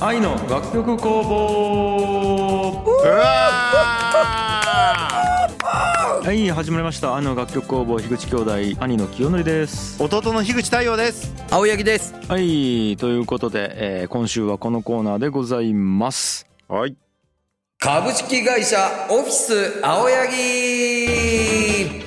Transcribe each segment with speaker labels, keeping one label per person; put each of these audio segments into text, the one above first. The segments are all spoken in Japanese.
Speaker 1: 愛の楽曲工房
Speaker 2: うわ
Speaker 1: はい始まりました愛の楽曲工房樋口兄弟兄の清則です
Speaker 2: ー弟の樋口太陽です
Speaker 3: 青柳です。
Speaker 1: はいということで、えー、今週はこのコーナーでございます
Speaker 2: はい
Speaker 3: 株式会社オフィス青柳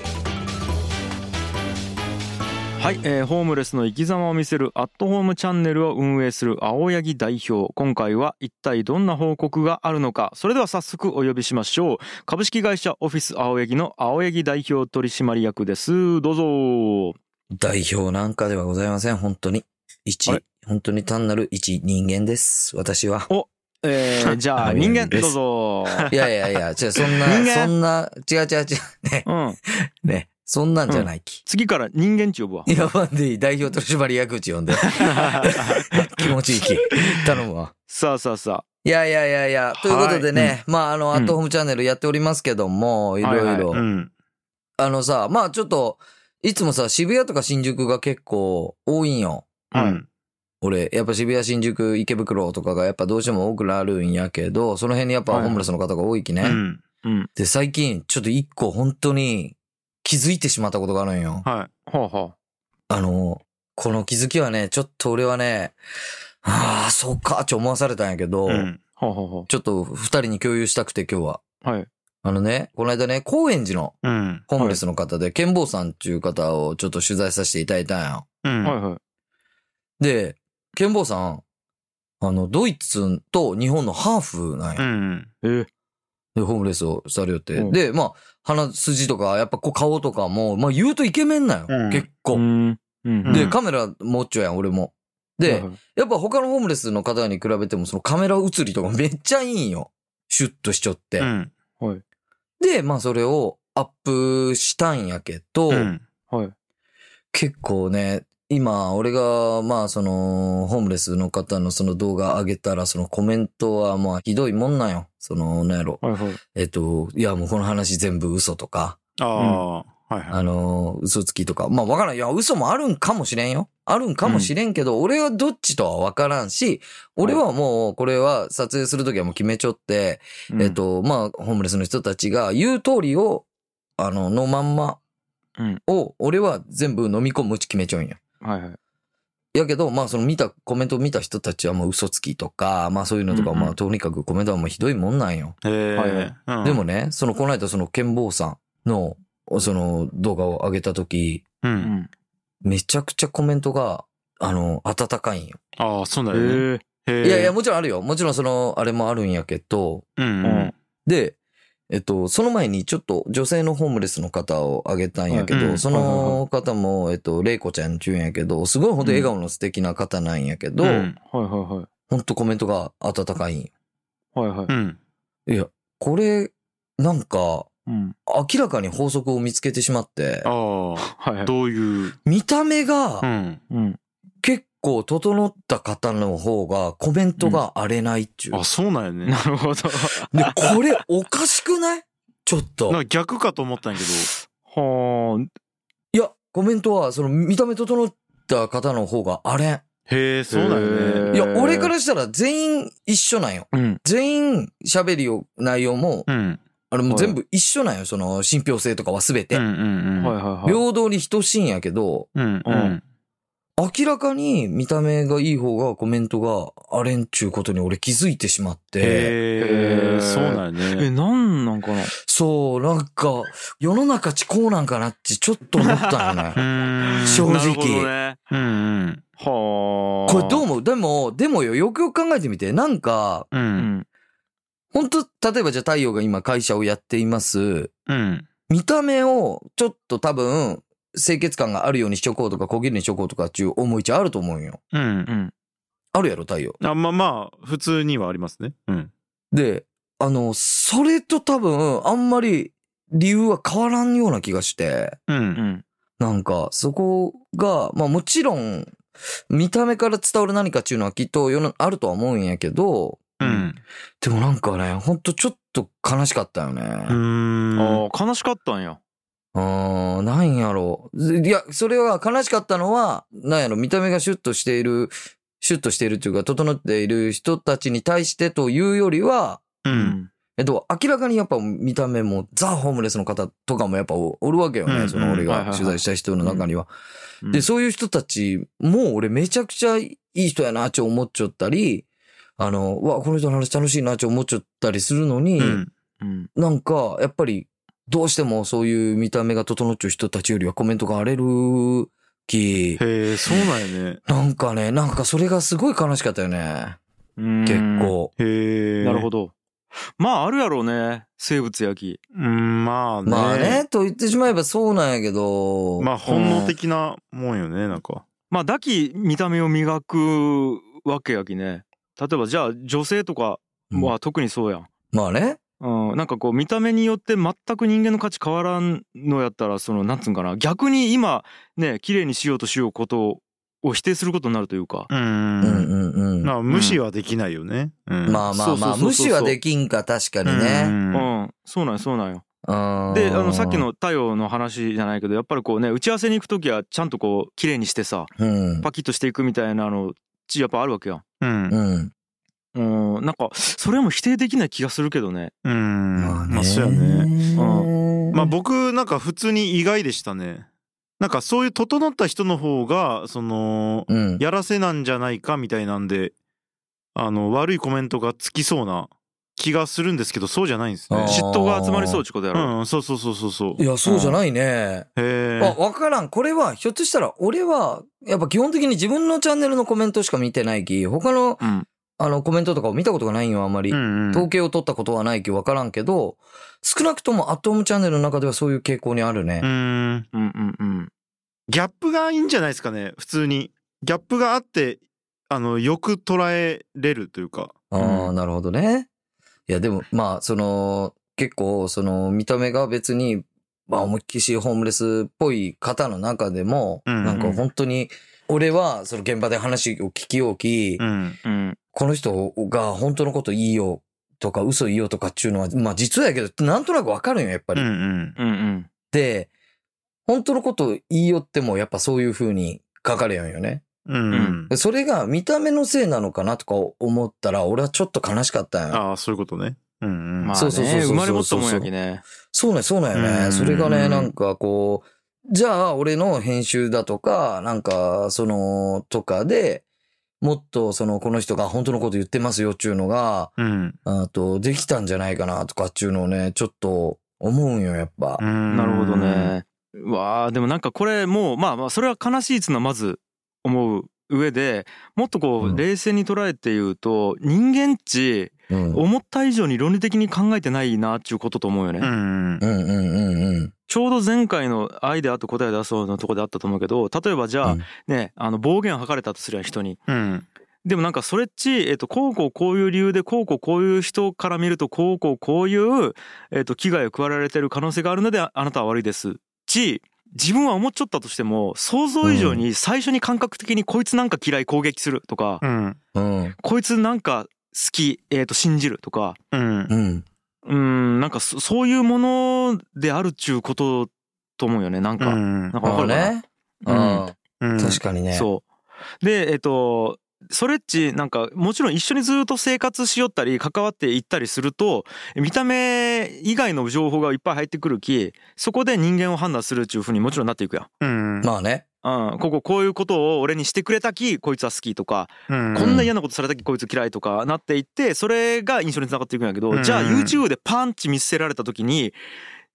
Speaker 1: はい、えーホームレスの生き様を見せるアットホームチャンネルを運営する青柳代表今回は一体どんな報告があるのかそれでは早速お呼びしましょう株式会社オフィス青柳の青柳代表取締役ですどうぞ
Speaker 3: 代表なんかではございません、本当に。
Speaker 1: あ
Speaker 3: 一
Speaker 1: れ、。
Speaker 3: 本当に単なる一人間です、私は
Speaker 1: えー、じゃあ
Speaker 3: 青
Speaker 1: 人
Speaker 3: 柳
Speaker 1: 間
Speaker 3: です
Speaker 1: どうぞ
Speaker 3: いやいやいや、違う、そん
Speaker 1: 人間
Speaker 3: な、そんな、違う違う違
Speaker 1: うん
Speaker 3: う、ね、そんなんじゃないき。
Speaker 1: 次から人間ち呼ぶわ
Speaker 3: いや、ばんでいい、代表取締役口 呼んで。気持ちいいき。頼むわ。
Speaker 1: さあさあさ
Speaker 3: いやいやいやいや、ということでね、まあ、あの、
Speaker 1: ん
Speaker 3: アットホームチャンネルやっておりますけども、いろいろ。
Speaker 2: ん
Speaker 3: あのさ、まあちょっと、いつもさ、渋谷とか新宿が結構多いんよ。
Speaker 2: うん
Speaker 3: 俺、やっぱ渋谷、新宿、池袋とかがやっぱどうしても多くなるんやけど、その辺にやっぱ
Speaker 1: はい
Speaker 3: ホームレスの方が多いきね。
Speaker 2: うん
Speaker 1: あうん
Speaker 3: で、最近、ちょっと一個本当に気づいてしまったことがあるんよ。
Speaker 2: は
Speaker 1: ほうほ
Speaker 3: あの、この気づきはね、ちょっと俺はね、ああ、そうかって思わされたんやけど、
Speaker 2: いうん
Speaker 1: うほうほうほ
Speaker 3: ちょっと二人に共有したくて今日は。
Speaker 1: うはい
Speaker 3: あのね、この間ね、高円寺の
Speaker 2: うん
Speaker 3: ホームレスの方で、健坊さんっていう方をちょっと取材させていただいたんよ。
Speaker 2: うん
Speaker 1: はいはい
Speaker 3: で、ケンボーさん、あの、ドイツと日本のハーフなん
Speaker 2: う
Speaker 3: や。
Speaker 2: ん
Speaker 1: えー
Speaker 3: で、ホームレスをされよって。
Speaker 1: うん
Speaker 3: で、まあ、鼻筋とか、やっぱこう顔とかも、まあ言うとイケメンなんよ。
Speaker 2: うん
Speaker 3: 結
Speaker 1: う
Speaker 3: 構。
Speaker 1: んうん
Speaker 3: で、
Speaker 2: うん
Speaker 3: カメラ持っちょやん、俺も。で、
Speaker 1: はいはい
Speaker 3: やっぱ他のホームレスの方に比べても、そのカメラ映りとかめっちゃいいんよ。シュッとしちょって。
Speaker 2: うん
Speaker 3: で、まあそれをアップしたんやけど、
Speaker 2: うん
Speaker 1: はい
Speaker 3: 結構ね、今、俺が、まあ、その、ホームレスの方のその動画上げたら、そのコメントは、まあ、ひどいもんなんよ。その、なんやろ。
Speaker 1: はいはい
Speaker 3: えっと、いや、もうこの話全部嘘とか、
Speaker 2: ああはいは
Speaker 3: あの、嘘つきとか。まあ、わからん。いや、嘘もあるんかもしれんよ。あるんかもしれんけど、俺はどっちとはわからんし、俺はもう、これは撮影するときはもう決めちょって、
Speaker 1: うん
Speaker 3: えっと、まあ、ホームレスの人たちが言う通りを、あの、のまんま
Speaker 1: うん
Speaker 3: を、俺は全部飲み込むうち決めちゃうんよ。
Speaker 1: はいはい
Speaker 3: やけど、まあその見た、コメントを見た人たちはもう嘘つきとか、まあそういうのとか、
Speaker 1: うんうん
Speaker 3: まあとにかくコメントはもうひどいもんなんよ。
Speaker 2: いへ
Speaker 1: はい
Speaker 2: えうん
Speaker 3: でもね、そのこの間その健坊さんの、その動画を上げた時、
Speaker 2: う
Speaker 1: うんん
Speaker 3: めちゃくちゃコメントが、あの、温かいんよ。
Speaker 2: ああそうだ
Speaker 1: え
Speaker 2: よね
Speaker 1: ー
Speaker 2: へえ
Speaker 3: いやいや、もちろんあるよ。もちろんその、あれもあるんやけど、
Speaker 2: うん
Speaker 1: うん
Speaker 3: で、えっと、その前にちょっと女性のホームレスの方をあげたんやけ
Speaker 2: はいうん
Speaker 3: ど、その方も、えっと、玲子ちゃんっていうんやけど、すごいほんと笑顔の素敵な方なんやけど、
Speaker 2: うん
Speaker 1: はいは
Speaker 3: ほんとコメントが温かいんよ。
Speaker 1: いはいはいはい
Speaker 2: うん
Speaker 3: いや、これ、なんか、
Speaker 1: うん
Speaker 3: 明らかに法則を見つけてしまって
Speaker 2: あ、あ
Speaker 1: はいはい
Speaker 2: どういう
Speaker 3: 見た目
Speaker 2: う
Speaker 3: が
Speaker 2: ん
Speaker 1: うん
Speaker 3: 結構整った方の方がコメントが荒れないっちゅう。
Speaker 2: あそうなんやね
Speaker 1: なるほど
Speaker 3: で、これおかしくない ちょっと
Speaker 2: なんか。逆かと思ったんやけ
Speaker 1: はー
Speaker 3: いや、コメントは、その見た目整った方の方が荒れん。
Speaker 2: どへえそうなんや
Speaker 1: へ
Speaker 2: ね
Speaker 1: え
Speaker 3: いや、俺からしたら全員一緒なんよ。
Speaker 1: うん
Speaker 3: 全員喋りを、内容も、
Speaker 2: うん
Speaker 3: あれもう全部一緒なんよ。その信憑性とかは全
Speaker 2: う
Speaker 3: て。
Speaker 2: んうん
Speaker 1: は
Speaker 2: う
Speaker 1: い
Speaker 2: ん
Speaker 1: はいはい
Speaker 3: 平等に等しいんやけど、
Speaker 2: うんうん
Speaker 3: 明らかに見た目がいい方がコメントがあれんちゅうことに俺気づいてしまって、
Speaker 2: へ
Speaker 1: へ
Speaker 2: え
Speaker 1: え
Speaker 2: そうなんやね
Speaker 1: えなんなんかな
Speaker 3: そう、なんか、世の中ちこうなんかなってちょっと思ったんよ ね。正直
Speaker 1: なるほどね
Speaker 2: うんうん。
Speaker 1: はあ
Speaker 3: これど
Speaker 1: も
Speaker 3: う思うでも、でもよ、よくよく考えてみて、なんか、
Speaker 2: う。
Speaker 1: うんん
Speaker 3: ほんと、例えばじゃあ太陽が今会社をやっています。
Speaker 2: うん。
Speaker 3: 見た目をちょっと多分、清潔感があるようにしとこうとか、小切れにしとこうとかっていう思いちゃあると思うんよ。
Speaker 2: うん
Speaker 1: う。ん
Speaker 3: あるやろ、太陽。
Speaker 2: あまあまあ、普通にはありますね。うん。
Speaker 3: で、あの、それと多分、あんまり理由は変わらんような気がして。
Speaker 1: う
Speaker 2: う。
Speaker 1: んん
Speaker 3: なんか、そこが、まあもちろん、見た目から伝わる何かっていうのはきっと世のあるとは思うんやけど、
Speaker 2: うん。
Speaker 3: でもなんかね、ほんとちょっと悲しかったよね。
Speaker 2: う
Speaker 1: あ
Speaker 2: ん。
Speaker 1: ー悲しかったんや
Speaker 3: うーん、なんやろう。ずいや、それは悲しかったのは、なんやろ、見た目がシュッとしているシュッとしているというか、整っている人たちに対してというよりは、
Speaker 2: う。
Speaker 1: うん
Speaker 3: えっと、明らかにやっぱ見た目もザ・ホームレスの方とかもやっぱおおるわけよね、
Speaker 2: うん
Speaker 3: その
Speaker 1: はいはい
Speaker 3: 俺が
Speaker 1: はい
Speaker 3: 取材した人の中には。
Speaker 1: うん
Speaker 3: で、そういう人たちも俺めちゃくちゃいい人やなって思っちゃったり、あの、うわ、この人の話楽しいなって思っちゃったりするのに、
Speaker 2: うん。
Speaker 1: うん
Speaker 3: なんか、やっぱり、どうしてもそういう見た目が整っちゃう人たちよりはコメントが荒れるき、
Speaker 2: へえ、そうなんやね。
Speaker 3: なんかね、なんかそれがすごい悲しかったよね。
Speaker 1: うん
Speaker 3: 結構。
Speaker 2: へえ。
Speaker 1: なるほ
Speaker 2: ど。
Speaker 1: どまああるやろうね生物焼き
Speaker 2: うん、まあね。
Speaker 3: まあね、と言ってしまえばそうなんやけど。
Speaker 2: まあ本能的なもんよね、なんか。
Speaker 1: まあだき見た目を磨くわけやきね例えばじゃあ女性とか
Speaker 3: うん。
Speaker 1: は特にそうやん、
Speaker 3: まあね。
Speaker 1: うん、なんかこう見た目によって全く人間の価値変わらんのやったらそのなんつうんかな逆に今ね綺麗にしようとしようことを否定することになるというか、
Speaker 2: うん
Speaker 3: うんうんうん。
Speaker 2: ま
Speaker 3: ま
Speaker 2: あ無視はできないよね。うん。
Speaker 3: あまあまあ、
Speaker 1: そうそうそうそう
Speaker 3: 無視はできんか、確かにね。
Speaker 1: う
Speaker 2: ね。
Speaker 1: ん、そうなんよそうなんよ
Speaker 3: うん
Speaker 1: であのさっき、の太陽の話じゃないけどやっぱりこうね打ち合わせに行く時はちゃんとこう綺麗にしてさ
Speaker 3: うん。
Speaker 1: パキッとしていくみたいなのちやっぱあるわけやん。
Speaker 2: うん。
Speaker 3: うん。
Speaker 1: うん、なんかそれも否定できない気がするけどね。
Speaker 2: うん。まあそうやね。
Speaker 3: うん
Speaker 2: まあ僕なんか普通に意外でしたね。なんかそういう整った人の方がその
Speaker 3: うん。
Speaker 2: やらせなんじゃないかみたいなんであの悪いコメントがつきそうな気がするんですけどそうじゃないんです
Speaker 3: あ
Speaker 2: ね
Speaker 3: ー。
Speaker 1: 嫉妬が集まりそうっちゅうことやろ。
Speaker 2: うんそうそうそうそうそう。
Speaker 3: いや、そうじゃないね。
Speaker 2: へ
Speaker 3: あ、
Speaker 2: え。
Speaker 3: わからん。これは、ひょっとしたら、俺は、やっぱ基本的に自分のチャンネルのコメントしか見てないき、他の、
Speaker 1: うん
Speaker 3: あの、コメントとかを見たことがないんよ、あんまり
Speaker 2: う。んうん
Speaker 3: 統計を取ったことはないき、わからんけど、少なくともアットホームチャンネルの中ではそういう傾向にある
Speaker 2: う
Speaker 3: ね。
Speaker 2: ん
Speaker 1: うんうんうん。
Speaker 2: ギャップがいいんじゃないですかね普通にギャップがあってあのよく捉えれるというか。
Speaker 3: あ
Speaker 1: う
Speaker 3: あ、なるほどね。いや、でも、まあ、その、結構、その、見た目が別に、まあ、思いっきしホームレスっぽい方の中でも、
Speaker 2: うんうん
Speaker 3: なんか本当に、俺は、その現場で話を聞きおき、
Speaker 2: うん
Speaker 1: うん
Speaker 3: この人が本当のこといいよとか嘘いいよとかっていうのは、まあ実はやけど、なんとなくわかるんよ、やっぱ
Speaker 2: う
Speaker 3: り。
Speaker 2: ん
Speaker 1: うんうん。
Speaker 3: で、本当のこと言いよっても、やっぱそういう風に書かれやんよね。
Speaker 2: うんうん。
Speaker 3: それが見た目のせいなのかなとか思ったら、俺はちょっと悲しかったんよ。
Speaker 2: ああそういうことね。うんう
Speaker 1: ま
Speaker 2: ん。
Speaker 1: あ
Speaker 3: そ
Speaker 1: ね
Speaker 3: うそうそうそう
Speaker 1: 生まれ持ったもんやきね。
Speaker 3: そうね、そうなんよ
Speaker 2: う
Speaker 3: ね。
Speaker 2: ん
Speaker 3: それがね、なんかこう、じゃあ俺の編集だとか、なんか、その、とかで、もっとその、この人が本当のこと言ってますよっていうのが、
Speaker 2: うん。
Speaker 3: あと、できたんじゃないかなとかっていうのをね、ちょっと思うんよ、やっぱ。
Speaker 1: な
Speaker 2: な
Speaker 1: るほど。ね。うわあでもなんかこれもうまあまあそれは悲しいっつうのはまず思う上でもっとこ
Speaker 3: うん
Speaker 1: う冷静に捉えて言うと人間っち
Speaker 3: うん。うん
Speaker 1: 思った以上に論理的に考えてないなっちゅうことと思うよね。
Speaker 2: うん
Speaker 3: うんうんうん。
Speaker 1: ちょうど前回の「アイデアと答え出そう」のとこであったと思うけど例えばじゃあ
Speaker 3: うん
Speaker 1: ね、あの暴言を吐かれたとするやん人に
Speaker 2: うん
Speaker 1: でもなんかそれっち、えっとこうこうこういう理由でこうこうこういう人から見るとこうこうこういう、えっと危害を加えられてる可能性があるのでああなたは悪いですち自分は思っちゃったとしても想像以上に最初に感覚的にこいつなんか嫌い攻撃するとか、
Speaker 2: うん
Speaker 3: うん。
Speaker 1: こいつなんか好き、えっと信じるとか
Speaker 2: うん
Speaker 3: うん。
Speaker 1: うんなんかそそういうものであるっちゅうことと思うよねなん
Speaker 2: う
Speaker 1: か。
Speaker 2: ん
Speaker 1: なんかわ
Speaker 3: ま
Speaker 1: か
Speaker 3: あ
Speaker 1: るかな、
Speaker 3: ね。うん。
Speaker 2: うん
Speaker 3: 確かにね。
Speaker 1: そう。で、えっと、それっち、なんか、もちろん一緒にずっと生活しよったり、関わっていったりすると、見た目以外の情報がいっぱい入ってくるき、そこで人間を判断するっていうふうにもちろんなっていくやん。
Speaker 2: うん
Speaker 3: まあね。
Speaker 1: うん、こここういうことを俺にしてくれたきこいつは好きとか、
Speaker 2: うん
Speaker 1: こんな嫌なことされたきこいつ嫌いとかなっていってそれが印象につながっていくんやけど、
Speaker 2: うん
Speaker 1: じゃあ YouTube でパンチ見せられた時に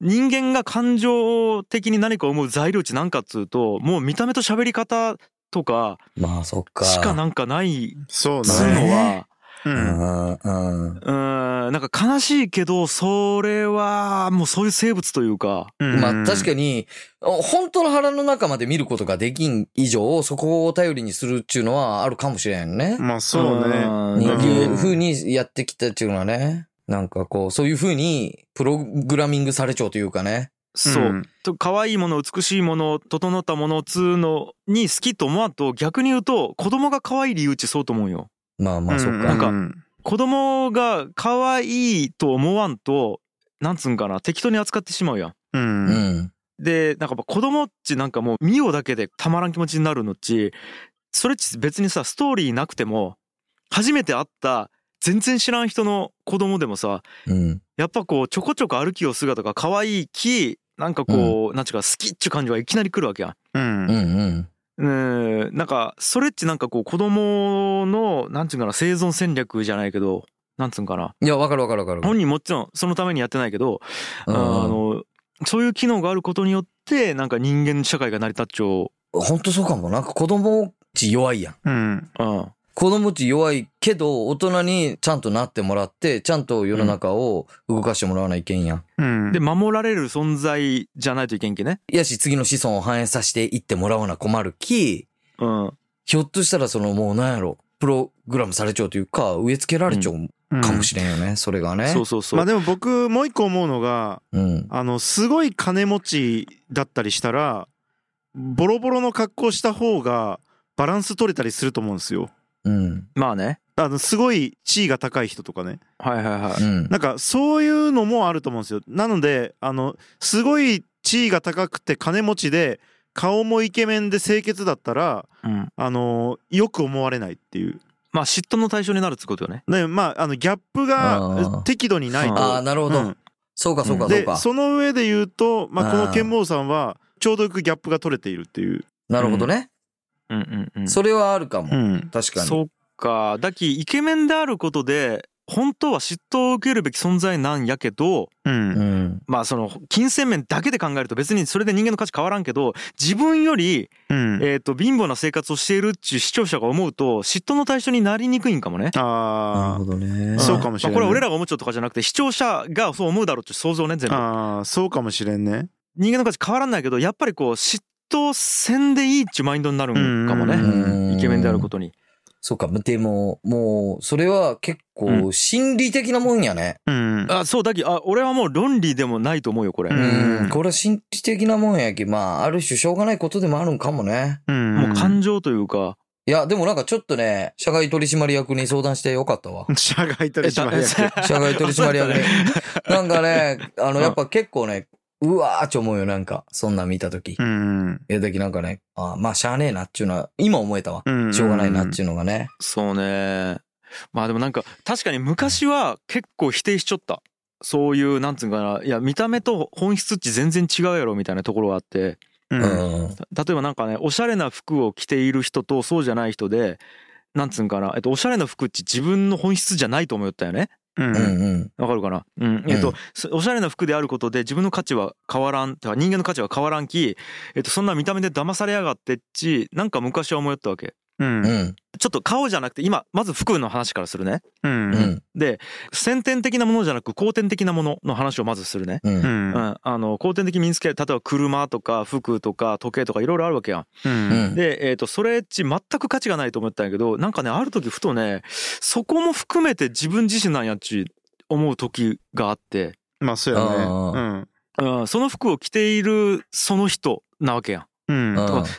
Speaker 1: 人間が感情的に何か思う材料値なんかっつうともう見た目と喋り方とか
Speaker 3: まあそっか。
Speaker 1: しかなんかない
Speaker 2: そう
Speaker 1: っつう
Speaker 2: ね。
Speaker 1: のは、
Speaker 2: う
Speaker 3: うんんうん。
Speaker 1: うーん、なんか悲しいけど、それはもうそういう生物というか、
Speaker 2: うん
Speaker 3: まあ確かに、本当の腹の中まで見ることができん以上、そこを頼りにするっていうのはあるかもしれんよね。
Speaker 2: まあそうね。
Speaker 1: ん
Speaker 3: に
Speaker 2: 人間
Speaker 3: いう風にやってきたっていうのはね。なんかこう、そういう風にプログラミングされちゃうというかね。
Speaker 1: そう。と可愛いもの、美しいもの、整ったもの、つうのに好きと思わんと、逆に言うと、子供が可愛い理由ってそうと思うよ。
Speaker 3: まあまあそっ
Speaker 1: な
Speaker 3: か
Speaker 1: ん。か
Speaker 2: うん
Speaker 1: 子供が可愛いと思わんと、なんつうんかな、適当に扱ってしまうやん。
Speaker 2: う。
Speaker 3: うんん。
Speaker 1: で、なんかやっぱ子供っちなんかもう、見ようだけでたまらん気持ちになるのっち、それっち別にさストーリーなくても初めて会った全然知らん人の子供でもさ
Speaker 3: うん。
Speaker 1: やっぱこうちょこちょこ歩きよう姿が可愛いきなんかこう、なんちゅうか好きっちゅう感じはいきなり来るわけやん。
Speaker 2: うん
Speaker 3: うんうん。
Speaker 1: うんなんかそれっちなんかこう子供のなんつうんかな生存戦略じゃないけどなんつうんかない
Speaker 3: や、わかるわかるわかる。
Speaker 1: 本人もちろんそのためにやってないけど、
Speaker 3: うん
Speaker 1: あのそういう機能があることによってなんか人間社会が成り立っちゃう。
Speaker 3: 本当そうかも。なんか子供ち弱いやん。
Speaker 2: うん
Speaker 1: うん
Speaker 3: 子供ち弱いけど、大人にちゃんとなってもらって、ちゃんと世の中を動かしてもらわないけんやん。
Speaker 2: うん
Speaker 1: で守られる存在じゃないといけんけね。
Speaker 3: いやし、次の子孫を反映させていってもらわな困るき、
Speaker 1: うん、
Speaker 3: ひょっとしたらそのもうなんやろ、プログラムされちゃうというか、植え付けられちゃうかもしれんよね、それがね。
Speaker 1: そうそうそう。
Speaker 2: まあでも僕もう一個思うのが
Speaker 3: うん。
Speaker 2: あのすごい金持ちだったりしたらボロボロの格好した方がバランス取れたりすると思うんですよ。
Speaker 3: うん。
Speaker 1: まあね。
Speaker 2: あのすごい地位が高い人とかね
Speaker 1: はいはいは
Speaker 3: う
Speaker 1: い。
Speaker 3: ん。
Speaker 2: なんかそういうのもあると思うんですよなのであのすごい地位が高くて金持ちで顔もイケメンで清潔だったら
Speaker 1: うん、
Speaker 2: あのよく思われないっていう
Speaker 1: まあ嫉妬の対象になるってことよね。
Speaker 2: ねまああのギャップ
Speaker 3: あー
Speaker 2: が適度にないと
Speaker 3: ああ、なるほど。
Speaker 2: うん
Speaker 3: そうかそうかそう
Speaker 2: で
Speaker 3: か。
Speaker 2: その上で言うと、まあ、こ
Speaker 3: あ
Speaker 2: の
Speaker 3: ー
Speaker 2: 剣坊さんはちょうどよくギャップが取れているっていう、
Speaker 3: なるほどね、
Speaker 1: うんうんうん。
Speaker 3: それはあるかも。
Speaker 2: ん、
Speaker 3: 確かに。
Speaker 1: そっか。だきイケメンであることで本当は嫉妬を受けるべき存在なんやけど、
Speaker 2: う
Speaker 3: うんん。
Speaker 1: まあその金銭面だけで考えると別にそれで人間の価値変わらんけど、自分より
Speaker 2: うん
Speaker 1: えっと貧乏な生活をしているっちゅう視聴者が思うと嫉妬の対象になりにくいんかもね。
Speaker 2: あ
Speaker 3: どね
Speaker 2: あそうかもしれな
Speaker 1: まあ
Speaker 2: い、
Speaker 1: これは俺らが思っちゃうとかじゃなくて視聴者がそう思うだろうっていう想像ね全部。
Speaker 2: ああそうかもしれんね
Speaker 1: 人間の価値変わらんないけどやっぱりこう嫉妬せんでいいっちゅうマインドになるんかも
Speaker 2: う
Speaker 1: ね
Speaker 3: ん
Speaker 1: イケメンであることに
Speaker 3: そうか、でも、もう、それは結構、心理的なもんやね。
Speaker 2: うん
Speaker 1: あそうだきあ俺はもう論理でもないと思うよこれ、
Speaker 2: う
Speaker 3: うんん。これは心理的なもんやき、まあ、ある種、しょうがないことでもあるんかもね。
Speaker 2: うん。
Speaker 1: もう感情というか、
Speaker 3: いや、でもなんかちょっとね、社外取締役に相談してよかったわ
Speaker 2: 社外取
Speaker 1: えだ
Speaker 2: 締役
Speaker 3: 社外取締役に。なんかね、あの、やっぱ結構ね、うわーって思うよ、なんか。そんなん見たとき。い
Speaker 2: うん
Speaker 3: や、だけなんかね、あーまあ、しゃあねえなっちゅうのは、今思えたわ。
Speaker 2: うん
Speaker 3: しょうがないなっちゅうのがね。
Speaker 1: そうねまあでもなんか確かに昔は結構否定しちょったそういうなんつうんかないや見た目と本質っち全然違うやろみたいなところがあって
Speaker 2: うん
Speaker 3: うん。
Speaker 1: た例えばなんかねおしゃれな服を着ている人とそうじゃない人でなんつうんかな、えっと、おしゃれな服っち自分の本質じゃないと思ったよね
Speaker 2: うん
Speaker 3: うんうん。
Speaker 1: わかるかな、うんえっとそおしゃれな服であることで自分の価値は変わらんてか人間の価値は変わらんき、えっと、そんな見た目で騙されやがってっちなんか昔は思いよったわけ
Speaker 2: うん
Speaker 3: うん。うん
Speaker 1: ちょっと顔じゃなくて今まず服の話からするね
Speaker 2: うん
Speaker 3: う。ん。
Speaker 1: で先天的なものじゃなく後天的なものの話をまずするね、
Speaker 3: うん
Speaker 2: う。
Speaker 1: うんん、あの後天的身につける例えば車とか服とか時計とかいろいろあるわけやん
Speaker 2: う
Speaker 3: うんん。
Speaker 1: で、えー、とそれっち全く価値がないと思ったんやけどなんかねある時ふとねそこも含めて自分自身なんやっち思う時があって、
Speaker 2: まあそうやね
Speaker 1: うん、その服を着ているその人なわけやん、
Speaker 2: うんうん
Speaker 3: うん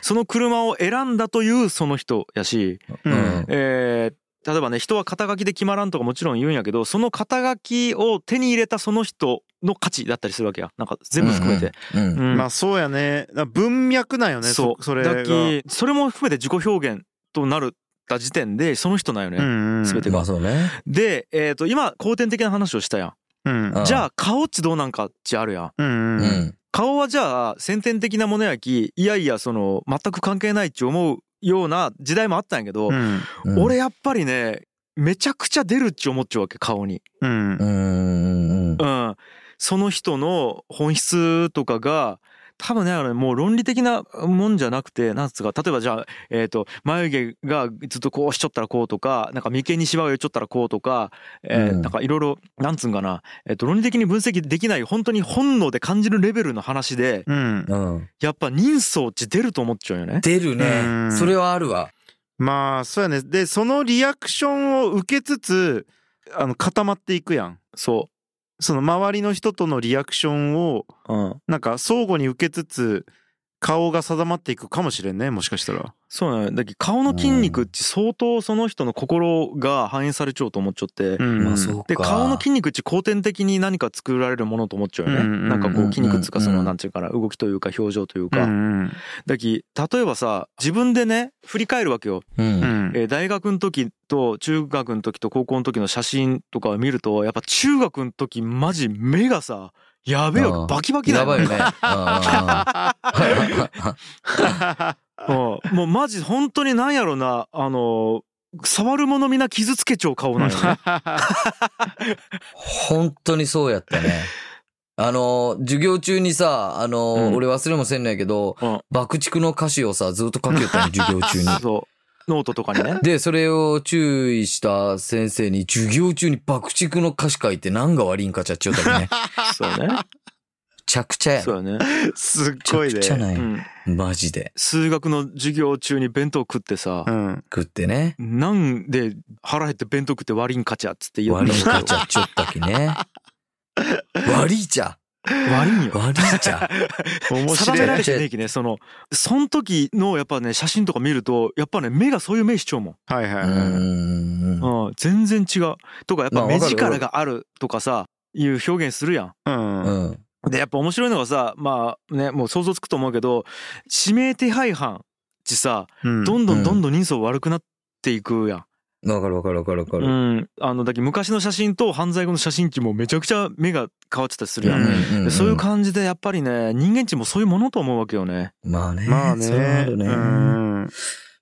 Speaker 1: その車を選んだというその人やし、
Speaker 2: う
Speaker 3: うん
Speaker 2: ん
Speaker 1: えー例えばね人は肩書きで決まらんとかもちろん言うんやけどその肩書きを手に入れたその人の価値だったりするわけやなんか全部含めて、。
Speaker 3: うんうん。
Speaker 1: うん
Speaker 2: まあそうやねだから文脈なんよねそそれが
Speaker 1: だきそれも含めて自己表現となるった時点でその人なんよね、
Speaker 2: うんうん
Speaker 1: 全て
Speaker 3: まあそうね。
Speaker 1: で、えー、と今後天的な話をしたやん、
Speaker 2: うん
Speaker 3: あ
Speaker 1: じゃあ顔っちどうなんかっちあるやん
Speaker 2: うん
Speaker 3: う
Speaker 2: うん
Speaker 3: ん。
Speaker 1: 顔はじゃあ先天的なものやきいやいやその全く関係ないって思うような時代もあったんやけど、
Speaker 2: うん
Speaker 3: うん
Speaker 1: 俺、やっぱりねめちゃくちゃ出るっち思っちゃうわけ顔に、
Speaker 2: うん
Speaker 3: うんうんうん
Speaker 1: う。ん、その人の本質とかが多分ねあのもう論理的なもんじゃなくてなんつうか例えばじゃあ、えー、と眉毛がずっとこうしちょったらこうとかなんか眉間にしわを寄っちょったらこうとか、えー
Speaker 3: うん
Speaker 1: なんかいろいろなんつうんかな、えー、と論理的に分析できない本当に本能で感じるレベルの話で
Speaker 2: うん
Speaker 3: うん、
Speaker 1: やっぱ人相って出ると思っちゃうよね。
Speaker 3: 出る
Speaker 2: う
Speaker 3: ね。
Speaker 2: ん
Speaker 3: それはあるわ。
Speaker 2: まあそうやねでそのリアクションを受けつつあの固まっていくやん
Speaker 1: そ
Speaker 2: その周りの人とのリアクションを
Speaker 1: う。うん。
Speaker 2: なんか相互に受けつつ顔が定まっていくかもしれんねもしかしたら
Speaker 1: そうなのよだけど顔の筋肉って相当その人の心が反映されちゃうと思っちゃって、
Speaker 2: うん
Speaker 3: まあそうか。
Speaker 1: で顔の筋肉って後天的に何か作られるものと思っちゃうよね、
Speaker 2: うんうんうん
Speaker 1: なんかこう筋肉っつうかそ
Speaker 3: うんう
Speaker 1: の
Speaker 3: ん
Speaker 1: なんていうかな動きというか表情という
Speaker 2: う
Speaker 1: か、
Speaker 2: ん
Speaker 1: だき例えばさ自分でね振り返るわけよ、
Speaker 3: うん。
Speaker 2: う
Speaker 3: う
Speaker 2: ん
Speaker 3: ん
Speaker 1: えー大学の時と中学の時と高校の時の写真とかを見るとやっぱ中学の時マジ目がさやべえ
Speaker 3: あ
Speaker 1: よ
Speaker 3: ー
Speaker 1: バキバキだ
Speaker 3: や
Speaker 1: よ
Speaker 3: ば いよね。
Speaker 1: うんもうマジ本当になんやろなあのー触るものみんな傷つけちゃう顔なんよ ね
Speaker 3: 本当にそうやっ たね。あの、授業中にさ、あの、
Speaker 1: うん
Speaker 3: 俺忘れもせんのやけど、
Speaker 1: うん
Speaker 3: 爆竹の歌詞をさ、ずっと書 けたの、授業中に。
Speaker 1: そうノートとかに ね
Speaker 3: で、それを注意した先生に、授業中に爆竹の歌詞書いて何が悪いんかちゃっちゃった りね。め
Speaker 1: そうよね
Speaker 3: ちゃくちゃや。
Speaker 1: そうよね、
Speaker 2: すっ
Speaker 3: めち
Speaker 2: ご
Speaker 3: ゃ
Speaker 2: いね
Speaker 3: くちゃな
Speaker 1: う
Speaker 3: い。
Speaker 1: ん、
Speaker 3: マジで。
Speaker 1: 数学の授業中に弁当食ってさ
Speaker 2: う、ん
Speaker 3: 食ってね。
Speaker 1: なんで腹減って弁当食って割りんかちゃっつって言う
Speaker 3: 悪
Speaker 1: の
Speaker 3: いかちゃっちゃったき ね。悪いちゃ。
Speaker 1: 割りんよ
Speaker 3: 悪い ちゃ。
Speaker 2: 面
Speaker 1: 定
Speaker 2: 白
Speaker 1: め
Speaker 2: い
Speaker 1: られてねえきねそのその時のやっぱね写真とか見るとやっぱね目がそういう目しちゃうもん、
Speaker 2: はいはいうはい
Speaker 3: ーん。
Speaker 1: うん、全然違うとかやっ
Speaker 3: ま
Speaker 1: ぱ
Speaker 3: あわ
Speaker 1: 目
Speaker 3: かる
Speaker 1: 力があるとかさいう表現するやん
Speaker 2: うん
Speaker 3: う
Speaker 2: うん
Speaker 3: ん。
Speaker 1: でやっぱ面白いのがさまあねもう想像つくと思うけど指名手配犯ってさ
Speaker 2: うん
Speaker 1: どんどんどんどん人相悪くなっていくやん、
Speaker 3: わかるわかるわかるわか
Speaker 1: う
Speaker 3: る。
Speaker 1: ん、あのだけ昔の写真と犯罪後の写真機もめちゃくちゃ目が変わってたりするやん、
Speaker 2: うん
Speaker 1: でそういう感じでやっぱりね人間値もそういうものと思うわけよね
Speaker 3: まあね。
Speaker 2: まあ
Speaker 3: それはあ
Speaker 2: ね
Speaker 3: るね。
Speaker 2: うん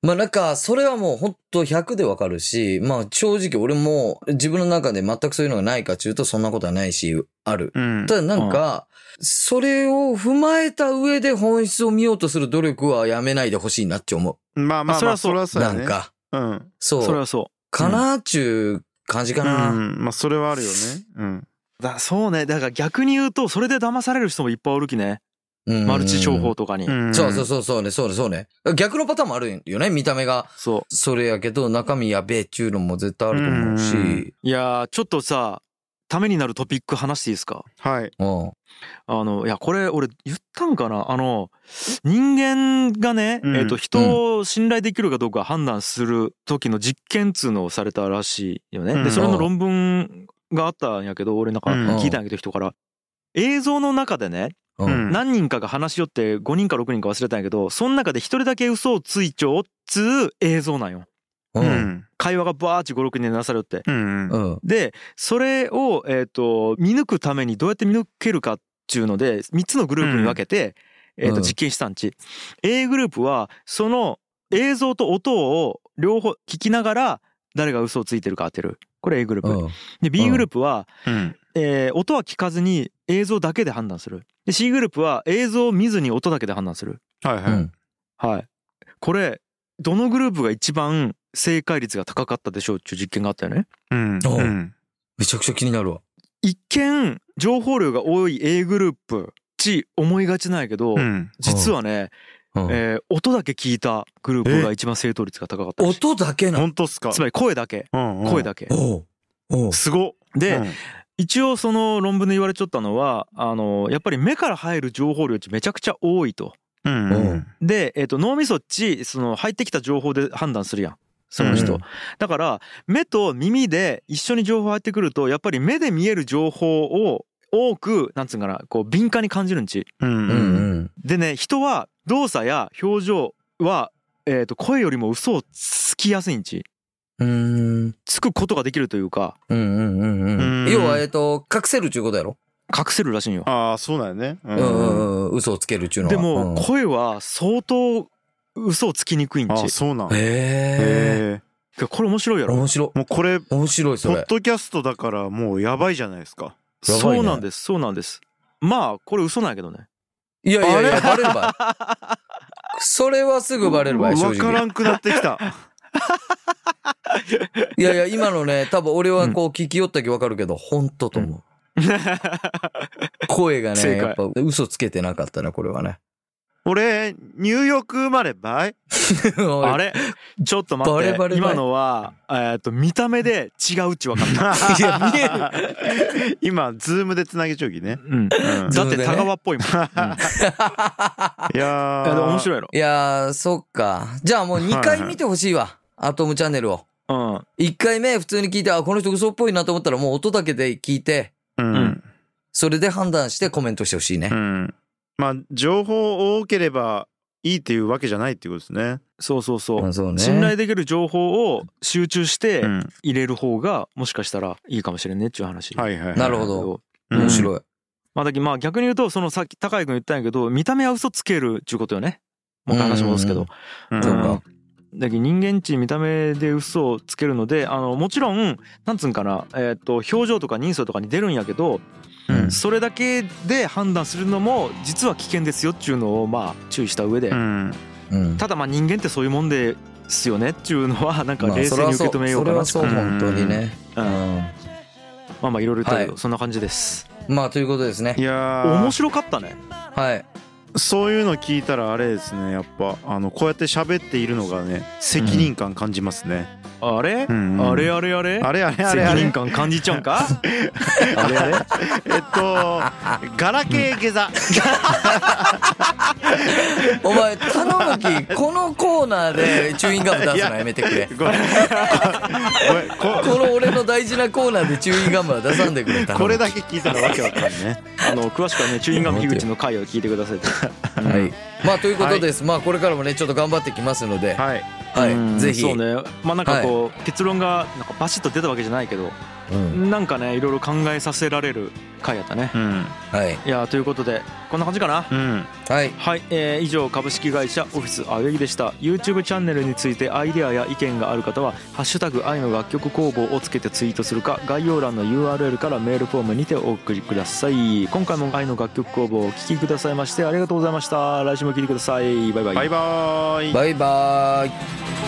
Speaker 3: まあなんか、それはもう本当100でわかるし、まあ正直俺も自分の中で全くそういうのがないかっていうとそんなことはないし、ある。
Speaker 2: うん
Speaker 3: ただなんか、それを踏まえた上で本質を見ようとする努力はやめないでほしいなって思。
Speaker 2: まあまあまあ
Speaker 1: あそ
Speaker 2: そ
Speaker 1: れ
Speaker 2: れはそうう
Speaker 3: な
Speaker 2: や
Speaker 3: ん
Speaker 2: ね
Speaker 3: か、
Speaker 2: うん
Speaker 3: そ
Speaker 1: それ
Speaker 3: う。
Speaker 1: はそ
Speaker 3: かなーっちゅう感じかな。
Speaker 2: うんまあそれはあるよねうん
Speaker 1: うだそうねだから逆に言うとそれで騙される人もいっぱいおるきね
Speaker 3: うん
Speaker 1: マルチ商法とかに、
Speaker 2: ん
Speaker 3: そうそうそうそうね、そうね、そうね。逆のパターンもあるよね、見た目が。
Speaker 1: そう
Speaker 3: それやけど、中身やべえっちゅうのも絶対あると思うし。
Speaker 1: いやーちょっとさためになるトピック話していいですか
Speaker 2: はい
Speaker 3: うん。
Speaker 1: あのいやこれ俺言ったんかなあの人間がね、
Speaker 2: うん
Speaker 1: えっと人を信頼できるかどうか判断する時の実験っつうのをされたらしいよね。
Speaker 2: うん
Speaker 1: でそれの論文があったんやけど俺なんか
Speaker 2: うん
Speaker 1: 聞いたんやけど人から。映像の中でね
Speaker 3: うん。
Speaker 1: 何人かが話し寄って5人か6人か忘れたんやけどその中で1人だけ嘘をついちゃおうっつう映像なんよ
Speaker 3: う。
Speaker 2: うんん
Speaker 1: 会話がバーッチ56人でなされよって
Speaker 2: うん
Speaker 3: うん。
Speaker 1: でそれを、えー、と見抜くためにどうやって見抜けるかっていうので3つのグループに分けて、えー、
Speaker 3: う
Speaker 1: と
Speaker 3: ん
Speaker 1: 実験したんち、A グループはその映像と音を両方聞きながら誰が嘘をついてるか当てるこれ A グループ、
Speaker 3: うん。
Speaker 1: で B グループは、
Speaker 2: うん
Speaker 1: えー音は聞かずに映像だけで判断するで C グループは映像を見ずに音だけで判断する
Speaker 2: はいは
Speaker 3: う
Speaker 2: い
Speaker 3: ん。
Speaker 1: はいこれどのグループが一番正解率が高かったでしょうっていう実験があったよね
Speaker 2: うん
Speaker 3: お
Speaker 2: う
Speaker 3: う
Speaker 2: ん
Speaker 3: めちゃくちゃ気になるわ。
Speaker 1: 一見情報量が多い A グループち思いがちなんやけど、
Speaker 2: うん
Speaker 1: 実はね、
Speaker 3: うん
Speaker 1: えー音だけ聞いたグループが一番正答率が高かったらしい
Speaker 3: 音だけなの
Speaker 2: 本当っすか
Speaker 1: つまり声だけ
Speaker 2: うんうん
Speaker 1: 声だけ
Speaker 3: おうおう
Speaker 2: すごっ
Speaker 1: で、
Speaker 2: うん
Speaker 1: 一応その論文で言われちゃったのはあのやっぱり目から入る情報量ってめちゃくちゃ多いと
Speaker 2: うんう
Speaker 3: うんん
Speaker 1: で、えー、と脳みそっちその入ってきた情報で判断するやんその人、
Speaker 3: うん
Speaker 1: だから目と耳で一緒に情報入ってくるとやっぱり目で見える情報を多くなんつうんかなこう敏感に感じるんち
Speaker 2: うん
Speaker 3: う
Speaker 2: うんうん
Speaker 3: ん
Speaker 1: でね人は動作や表情は、えー、と声よりも嘘をつきやすいんち
Speaker 3: うん。うーん。
Speaker 1: つくことができるというか
Speaker 3: うんうんうんう
Speaker 2: うん
Speaker 3: ん。要は、えっと、隠せるっちゅうことやろ
Speaker 1: 隠せるらしいんよ
Speaker 2: ああそうだよねう
Speaker 3: うんうん
Speaker 2: ん
Speaker 3: うん。嘘をつけるっちゅうのは。
Speaker 1: でも
Speaker 3: うん
Speaker 1: 声は相当嘘をつきにくいん
Speaker 2: あ
Speaker 1: ち
Speaker 2: ーそうなんへ
Speaker 3: へ
Speaker 2: え
Speaker 1: これ面白いや
Speaker 3: え。
Speaker 1: ろ
Speaker 3: 面白い。
Speaker 2: もうこれポ
Speaker 3: 面白い、そ
Speaker 2: ッ
Speaker 3: れ。
Speaker 2: ドキャストだからもうやばいじゃないですか
Speaker 3: やばいね
Speaker 1: そうなんですそうなんですまあこれ嘘なんやけどね
Speaker 3: いやいやいや、バレるばい。それはすぐバレるばい、正
Speaker 2: わから
Speaker 3: 直。
Speaker 2: んくなってきた
Speaker 3: いやいや、今のね、多分俺はこう聞きよったきわかるけど、本当と思う。声が
Speaker 1: 正
Speaker 3: ね、
Speaker 1: 解
Speaker 3: やっぱ嘘つけてなかったね、これはね。
Speaker 2: 俺ニューヨーク生まればい
Speaker 1: あ
Speaker 3: あ
Speaker 1: れちょっと待って
Speaker 3: バレバレバレ
Speaker 1: 今のは、えー、と見た目で違うっち分かった
Speaker 3: いや見える
Speaker 2: 今ズームでつなげちょきね、
Speaker 1: うん
Speaker 2: うん、いや
Speaker 1: だって田川っぽ いもん、うん、いやで
Speaker 2: ー
Speaker 1: も面白 いやろ
Speaker 3: いやー、そっか。じゃあもう2
Speaker 2: はい
Speaker 3: 回
Speaker 2: はい
Speaker 3: 見てほしいわ。アトムチャンネルを。
Speaker 1: うん
Speaker 3: 1回目普通に聞いて、あ、この人嘘っぽいなと思ったらもう音だけで聞いて、
Speaker 2: うん
Speaker 3: それで判断してコメントしてほしいね。
Speaker 2: うん、まあ情報多ければいいっていうわけじゃないっていうことですね、
Speaker 1: そうそうそう、
Speaker 3: うんそうね。
Speaker 1: 信頼できる情報を集中して
Speaker 2: うん、
Speaker 1: 入れる方がもしかしたらいいかもしれんねっちゅう話
Speaker 2: はいはいはい
Speaker 3: なるほ
Speaker 1: け
Speaker 3: ど
Speaker 2: うん
Speaker 3: 面白い。
Speaker 1: まあ、だけどまあ逆に言うとそのさっき高井君言ったんやけど見た目は嘘つけるっちゅうことよねもう一回話戻すけど、
Speaker 2: うん
Speaker 3: そう
Speaker 1: う
Speaker 3: か
Speaker 1: ん。だけど人間値見た目で嘘をつけるのであのもちろんなんつうんかな、えー、と表情とか人相とかに出るんやけど
Speaker 2: うん
Speaker 1: それだけで判断するのも実は危険ですよっちゅうのをまあ注意した上で、
Speaker 2: うん
Speaker 3: うん。
Speaker 1: ただまあ人間ってそういうもんですよねっちゅうのはなんか
Speaker 3: まあ
Speaker 1: 冷静
Speaker 3: それ
Speaker 1: に
Speaker 3: は
Speaker 1: 受
Speaker 3: そう
Speaker 1: け止めようかな
Speaker 3: そ
Speaker 1: と
Speaker 3: れは
Speaker 1: か
Speaker 3: そう、本当にね。
Speaker 1: う
Speaker 3: うんん。
Speaker 1: まあまあいろいろ言ったけど、
Speaker 3: は
Speaker 1: そんな感じです
Speaker 3: まあ、ということですね
Speaker 2: い。やー
Speaker 1: 面白かったね
Speaker 3: はい。
Speaker 2: そういうの聞いたらあれですねやっぱあのこうやって喋っているのがね責任感感じますね、
Speaker 1: あれ、
Speaker 2: うんうん
Speaker 1: あれあれあれ
Speaker 2: あれあれあれあれ
Speaker 1: 責任感感じちゃうんかあれあれ
Speaker 2: えっとガラケー下座、
Speaker 3: お前、頼むき、このコーナーでチューインガム出すのやめてくれ。
Speaker 2: ごめんごめんこ
Speaker 3: この俺の大事なコーナーでチューインガムは出さんでくれた
Speaker 2: これだけ聞いたらわけわかんないね
Speaker 1: あの詳しくはねチューインガム樋口の回を聞いてくださいと
Speaker 3: はい。まあ、ということです。まあ、これからもね、ちょっと頑張ってきますので、は
Speaker 2: はい
Speaker 1: うん
Speaker 3: い。ぜひ。
Speaker 1: そうねまあなんかこう結論がなんかバシッと出たわけじゃないけど
Speaker 3: うん。
Speaker 1: なんかねいろいろ考えさせられる回やったね
Speaker 2: うん
Speaker 3: はい。
Speaker 1: いやーということでこんな感じかな
Speaker 2: うん
Speaker 3: はい。
Speaker 1: はい、えー以上株式会社オフィス青柳でした YouTube チャンネルについてアイデアや意見がある方は「ハッシュタグ愛の楽曲工房」をつけてツイートするか概要欄の URL からメールフォームにてお送りください今回も愛の楽曲工房をお聴きくださいましてありがとうございました来週も聴いてくださいバイバイ
Speaker 2: バイバーイ
Speaker 3: バイバーイ。